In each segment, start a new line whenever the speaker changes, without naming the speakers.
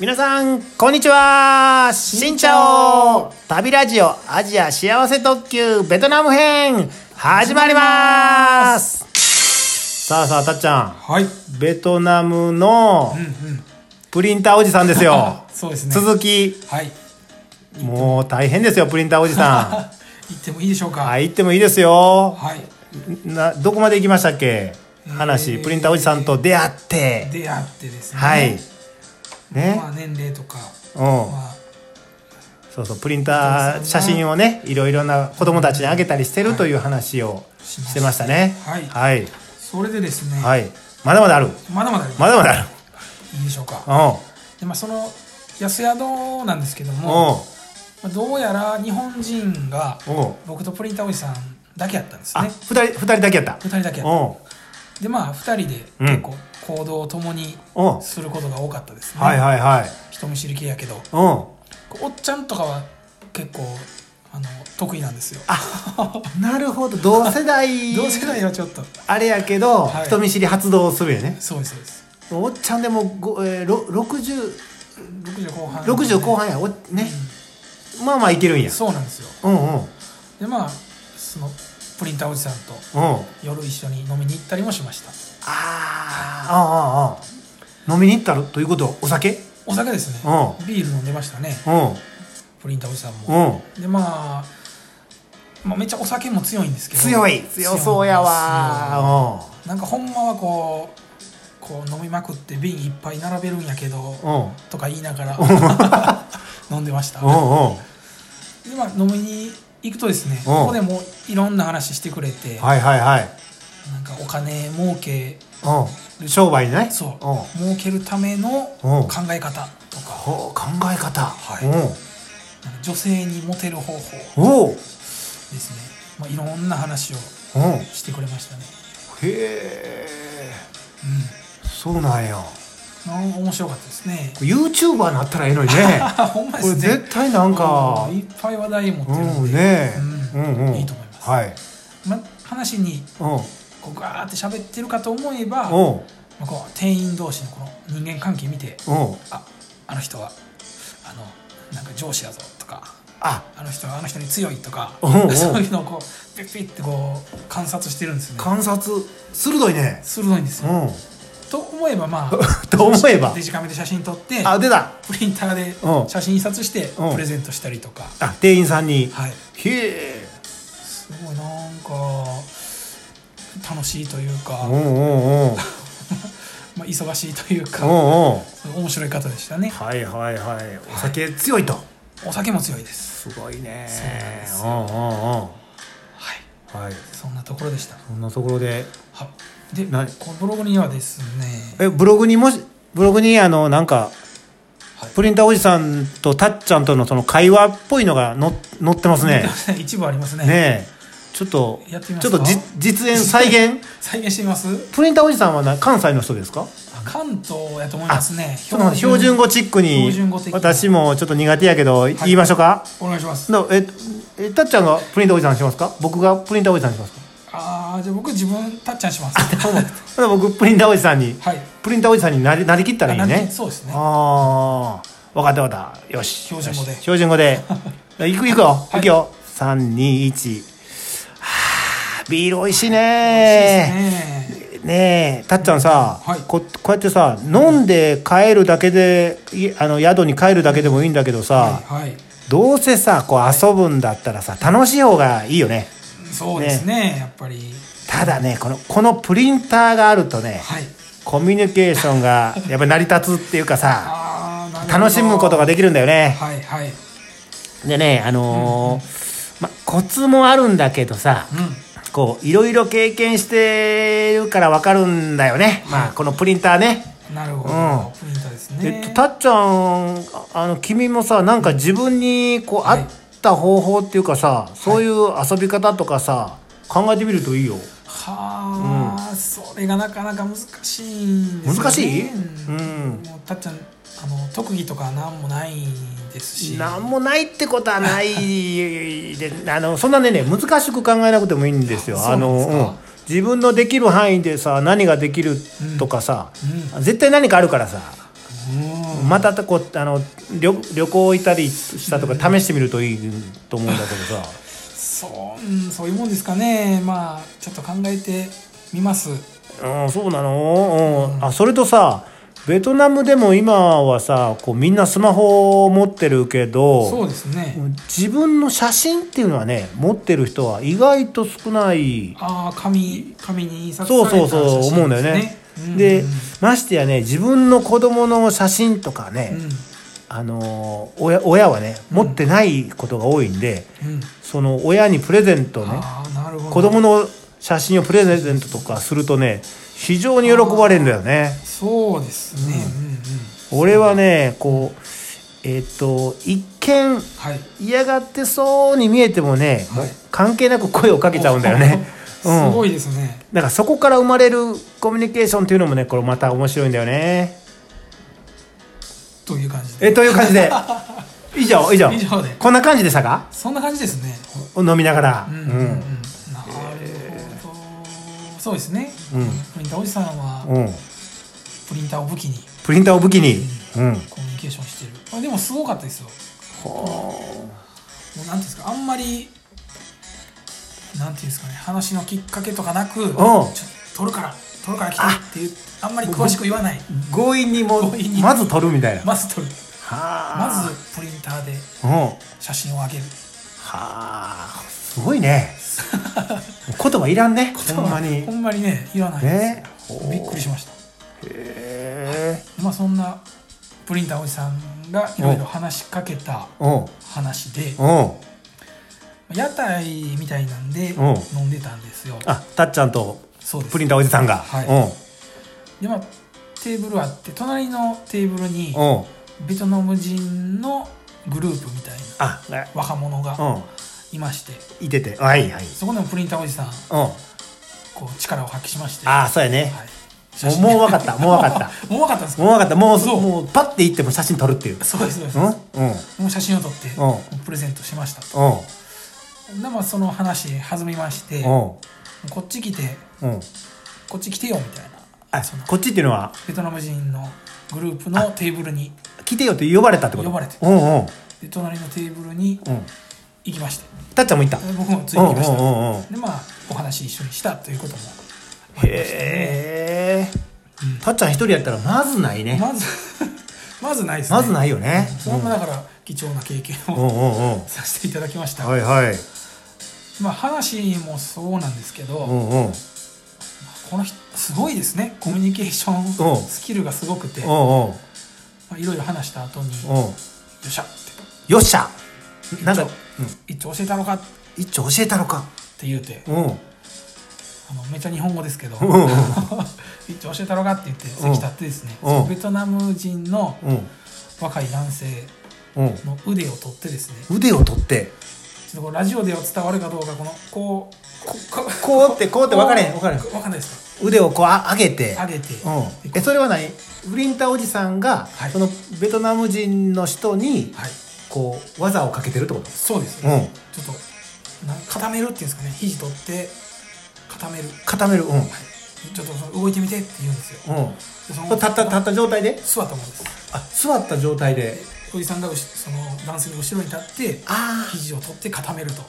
皆さんこんにちはしんちゃお旅ラジオアジア幸せ特急ベトナム編始まりますさあさあたっちゃん
はい。
ベトナムのプリンターおじさんですよ
そうですね。
続き
はい。
もう大変ですよプリンターおじさ
行ってもいいでしょうか。
んあ
はい。
行ってもいいですよ
はい。
などこまで行きましたっけ話、
えー
プリンターおじさんと出会って
出会ってですね。
はいね、
まあ年齢とか、
うん
まあ
そうそうプリンター写真をねいろいろな子供たちにあげたりしてるという話を
しました
してましたね
はい
はい、
それでですね。
はいまだまだある
まだまだありま
まだまだある
すいいでしょうか。
う
でまあその安宿なんですけど
ん
も、まあどうやら日本人が
うんうん
僕とプリンターおじさんだけやったんです
あ
ね
二。人二人だけやった
二人だけやっ
うん
た。でまあ二人で
うん
結構行動を共に
うん
することが多かったですね。
はいはいはい
人見知り系やけど、
うん
おっちゃんとかは結構あの得意なんですよ。
なるほど 同世代
同世代はちょっと
あれやけど、
はい
人見知り発動するよね
そうですそうです
おっちゃんでもご、えー、ろ60
60後半
60後半やおね、まあまあいけるんや
そうなんですよ
うんうんうん
でまあそのプリンターおじさんと
あ
夜一緒に飲みに行ったりもしまし
あ
た
ああああ飲みに行ったらということはお酒
お酒ですね
う
ビール飲んでましたね
うん
プリンターおじさんも
うん
でまあまあ、めっちゃお酒も強いんですけど
強い強そうやわ
強いなんかほんまはこうこう飲みまくって瓶いっぱい並べるんやけど
うんうん
とか言いながら 飲んでました
うんうん
でまあ飲みに行くとですね
ん
ここでもういろんな話してくれて、
はいはいはい
なんかお金儲け
うん商売ね
そ
うん
う儲けるための
うん
考え方とか
ほう考え方
はい
うん
なんか女性にモテる方法
おう
ですね、まあ、いろんな話を
うんへ
してくれましたね
えそうなんや
うんなんか面白かったですね
YouTuber になったらええのにね
あ ほんまで
これ
すね
絶対なんか
うんいっぱい話題持ってる
うんん
で、
ね
う
うんんうん
いいと思います
はい
まあ、話に
うん
こうガーって喋ってるかと思え
う
ば、ま
ん
あ、こう店員同士のこの人間関係見て
うん
ああの人はあのなんか上司やぞとか
あ
あの人はあの人に強いとか
うんうん
そういうのをこうピッピッってこう観察してるんですね
観察鋭いね
鋭いんです
う
よ、
ん
と思えばまあ
と思えば
デジカメで写真撮って
あ出た
プリンターで
うん
写真印刷して
うん
プレゼントしたりとか、
あ店員さんに
はい
へえ
すごいなんか楽しいというか、
うん
ま
うんうん
あ、忙しいという
う
か、
んうん
面白い方でしたね
はいはいはいお酒強いと
お酒も強いです
すごいね
そうなんです
うんうんうん
はい
はい
そんなところでした
そんなところで
はで
何
このブログにはですね
えブログにもしブログにあのなんか
はい
プリンターおじさんとたっちゃんとのその会話っぽいのがの載ってますね
一部ありますね
ねえちょっと
やってみま
ちょ
す
っと
か
じ実演再 現
再現してみます
プリンターおじさんはな関西の人ですか
あ関東やと思いますね
その標準語チックに
標準語的な
私もちょっと苦手やけど言いましょうか、
お願いします
のええたっちゃんがプリンターおじさんしますか僕がプリンターおじさんしますか
ああじゃあ僕自分たっちゃんしますは
ほな僕プリンターおじさんに
い
プリンターおじさんになりなりきったらいい
あなん
ね
てそうですね
ああ分かった分かったよし
標準語で
よし標準語 でいくいくよ、
い
い、くよ321はあビール美味しいね
え
ねえたっちゃんさ、
はい
ここうやってさ飲んで帰るだけでいあの宿に帰るだけでもいいんだけどさ、
はいはい
どうせさこう遊ぶんだったらさ楽しい方がいいよね
そうですねやっぱり
ただねこのこのプリンターがあるとね
はい
コミュニケーションがやっぱり成り立つっていうかさ
ああ
楽しむことができるんだよね
はいはい
でねあのーま、コツもあるんだけどさ
う
こういろいろ経験してるから分かるんだよね、まあこのプリンターね
んなるほ
う
どプリンターです
えっ
ね
と、たっちゃんああの君もさなんか自分にこう合
はい
った方法っていうかさ、そういう遊び方とかさ考えてみるといいよ
はあそれがなかなか難しいんですよね
難しい
うんもうたっちゃんあの特技とかなんもないですし
なんもないってことはないで あのそんなねね難しく考えなくてもいいんですよ
あそ
あ
うなんですか
の、うん自分のできる範囲でさ何ができるとかさ、
うん
絶対何かあるからさ、
うん
またこうあの旅旅行行ったりしたとか試してみるといいと思うんだけどさ
そう、うん、そういうもんですかねまあちょっと考えてみます
うんそうなの、うん、あそれとさベトナムでも今はさこうみんなスマホを持ってるけど
そうですね
自分の写真っていうのはね持ってる人は意外と少ない
ああ紙紙に印刷され
そう
た
そうそう
写
思う
真
んだよ
です
ね。でましてやね自分の子供の写真とかね、
うんうん
あの親親はね持ってないことが多いんで、
うん
その親にプレゼントをね
ああなるほど
子供の写真をプレゼントとかするとね非常に喜ばれるんだよね。
そうですね、うんうん
俺はねこうえっ、と一見
はい
嫌がってそうに見えてもね、
はい
関係なく声をかけちゃうんだよね。
す
うん
ごいですね、
なんかそこから生まれるコミュニケーションっていうのもねこれまた面白いんだよね。
という感じで
えという感じで以上以上
以上で
こんな感じでしたか
そんな感じですね
飲みながら。
うんうんうんなるほどそうですね、
うん
プリンターおじさんは
うんうん
プリンターを武器に
プリンターを武器に。うん
コミュニケーションしてるあでもすごかったですよもうなんていうんですかあんまりなんていうんですかね話のきっかけとかなく「ちょ取るから取るから来て」っていうあんまり詳しく言わない
強引にも
強引に
まず取るみたいな。
まず取るま
はあ。
ずプリンターで
うん。は
写真を上げる
あ。すごいね。言葉いらんね。ほんまに
ほ。んまにねいらない
ね
ですよ、びっくりしました
へえ。
まあそんなプリンターおじさんがいろいろ話しかけた
うん。
話で
うん。
屋台みたいなんで
う
飲んでたんですよ
あ、たっちゃんと
そうです
プリンターおじさんが。
はい
うん。
でまあテーブルあって隣のテーブルに
うん。
ベトナム人のグループみたいな
あ、
若者が
う
いまして
ん。いてて。はいはい。
そこでもプリンターおじさん
うん。
こう力を発揮しまして
ああ、そうやね。
はい写
もう
真
もう分かった。もう分かった。
もう分かったんですか
もう分かった。もう、
そう
もう、パッて行っても写真撮るっていう。
そうですそうです
うんうん。うん。
もう写真を撮って
う
プレゼントしましたと
う
でまあその話弾みまして
ん。
こっち来て
うん。
こっち来てよみたいな
あ、こっちっていうのは、
ベトナム人のグループのテーブルに
来てよって呼ばれたってこと
呼ばれて
うんうん。
で隣のテーブルに
うん。
行きまして
たっちゃんも行った。
僕もついてきました
うんうんうんうん
でまあお話一緒にしたということもありましたね
へえ、たっちゃん一人やったらまずないね、
まず まずないですね
まずないよね
それもだから貴重な経験
うんう
を
んうん
させていただきました
はいはい
まあ話もそうなんですけ
う
ど
んうんうんうん
この人すごいですねコミュニケーショ
う
ン
ん
スキルがすごくてまあいろいろ話した後に「よ
うん
っしゃ」っ
よっしゃなんか、うん、
て「一応教えたのか」っ
一丁教えたのか
て言うて
うんうん
あのめっちゃ日本語ですけど
うんうん
「 一応教えたのか」って言って席立ってですね
うんうん
ベトナム人の
うん
若い男性
うん
の腕を取ってですね
腕を取って
ちょっとこれラジオでは伝わるかどうかこのこうここ
こうってこうって分かれへん分かれへん
分かんないです
腕をこうあ上げて
か上げて、
うん
で
えそれは何プリンターおじさんが、
はい
そのベトナム人の人に
はい
こう技をかけてるってこと
そうです、
うん
ちょっとな固めるっていうんですかね肘取って固める
固めるうんうん
ちょっとその動いてみてって言うんですよでその
これ立った立った状態で
座ったもんです
あ座った状態で
おじさんがうしその男性の後ろに立って
ああ
肘を取って固めると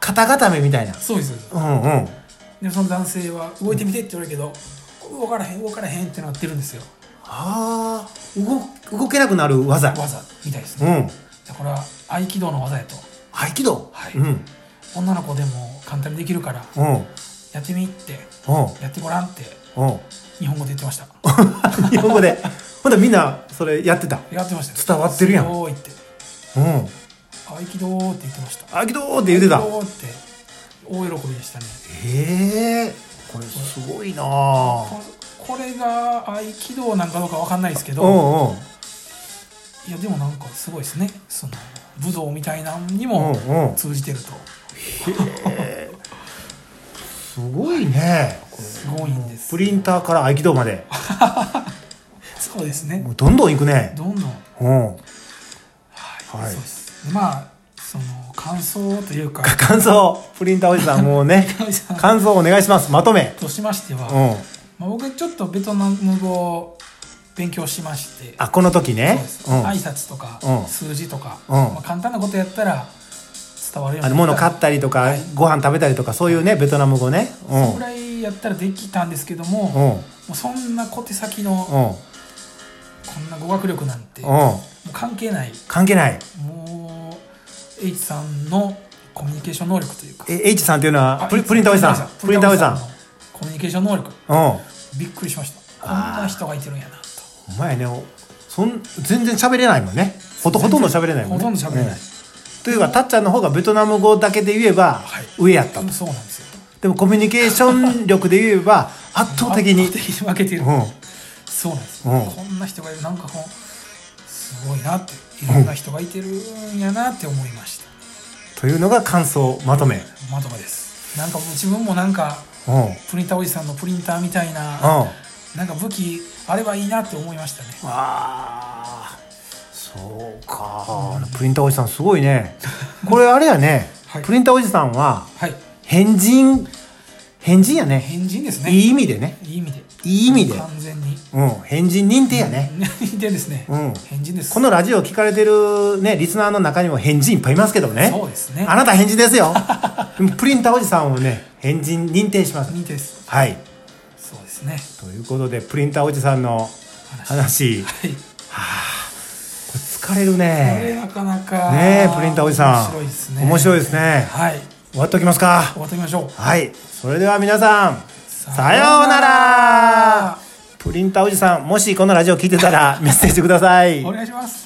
肩固めみたいな
そうですそうです
うんうん
でその男性は動いてみてって言われるけど、動からへん動からへんってなってるんですよ
ああ動動けなくなる技
技みたいです
う
ね、
ん
だから合気道の技やと
合気道
はい
うんうん
女の子でも簡単にできるから
うん
やってみってやってごらんって
うん
日本語で言ってました
日本語で ほんでみんなそれやってた
やってましたよ
伝わってるやん
すごいって
うん
合気道って言ってました
合気道って言ってた
合気道って大喜びでしたね
へえこれすごいな
こ
あ
これが合気道なんかどうかわかんないですけ
う
ど
んうん
いやでもなんかすごいですねその武道みたいなのに
うんう
も
ん
通じてると
すごいねこれ
すごいんです
プリンターから合気道まで
そうですね
もうどんどんいくね
どんどん
うんは
はい、
い
そうですでまあその感想というか
感想プリンターおじさんもう ね感想お願いしますまとめ
としましては、
うん
まあ、僕ちょっとベトナム語勉強しまして
あこの時
そう
ね
です
うん
挨拶とか、
うん
数字とか、
うん
まあ、簡単なことやったら伝わるよう
あ
に
の
な
物買
ら
ったりとかご飯食べたりとかそういうねベトナム語ねう
ぐ
ん
らいやったらできたんですけども、
う
も
ん
うそんな小手先の
うん
こんな語学力なんてもう
うん
関係ない
関係ない
もう H さんのコミュニケーション能力というか
え H さんっていうのは
あ
プリ
H
プリンターおじさんプリンターおじさん
のコミュニケーション能力
うん
びっくりしましたこんな人がいてるんやなと
お前ねおそん全然喋れないもんねほとほとんど喋れないもんね
ほとんど喋れな
う
い
んというかたっちゃんの方がベトナム語だけで言えば
はい
上やったと、
そうなんですよ
でもコミュニケーション力で言え ば圧倒的に
圧倒的に負けてる、
うん
そうなんです、
うん
こんな人がいるなんかこうすごいなっていろんな人がいてるんやなって思いました、
というのが感想まとめ
まとめですなんかもう自分もなんか
うんうん
プリンターおじさんのプリンターみたいな
あ
なんか武器あればいいなって思いましたね
あそうかあのプリンターおじさんすごいねこれあれやね、
はい
プリンターおじさんは
はい
変人変人やね
変人ですね
い
い
い意味でね
い意味で
いい意味で
完全に
うん変人認定や ね、
でですね、
うん
変人です
このラジオを聞かれてるね、リスナーの中にも変人いっぱいいますけどね。
そうですね
あなた変人ですよ。 でもプリンターおじさんをね、変人認定します。
人です
はい。
そうですね
ということで、プリンターおじさんの話、こ
はい
れ疲れる
これ
ね。
なかなか
ねえ、プリンターおじさん。
面白いですね
面白いですね
はい
終わっときますか。
終わってみましょう
はい。それでは皆さん、さ
さ
よ
よ
う
う
な
な
ら
ら
プリンターおじさん、もしこのラジオ聞いてたらメッセージください。
お願いします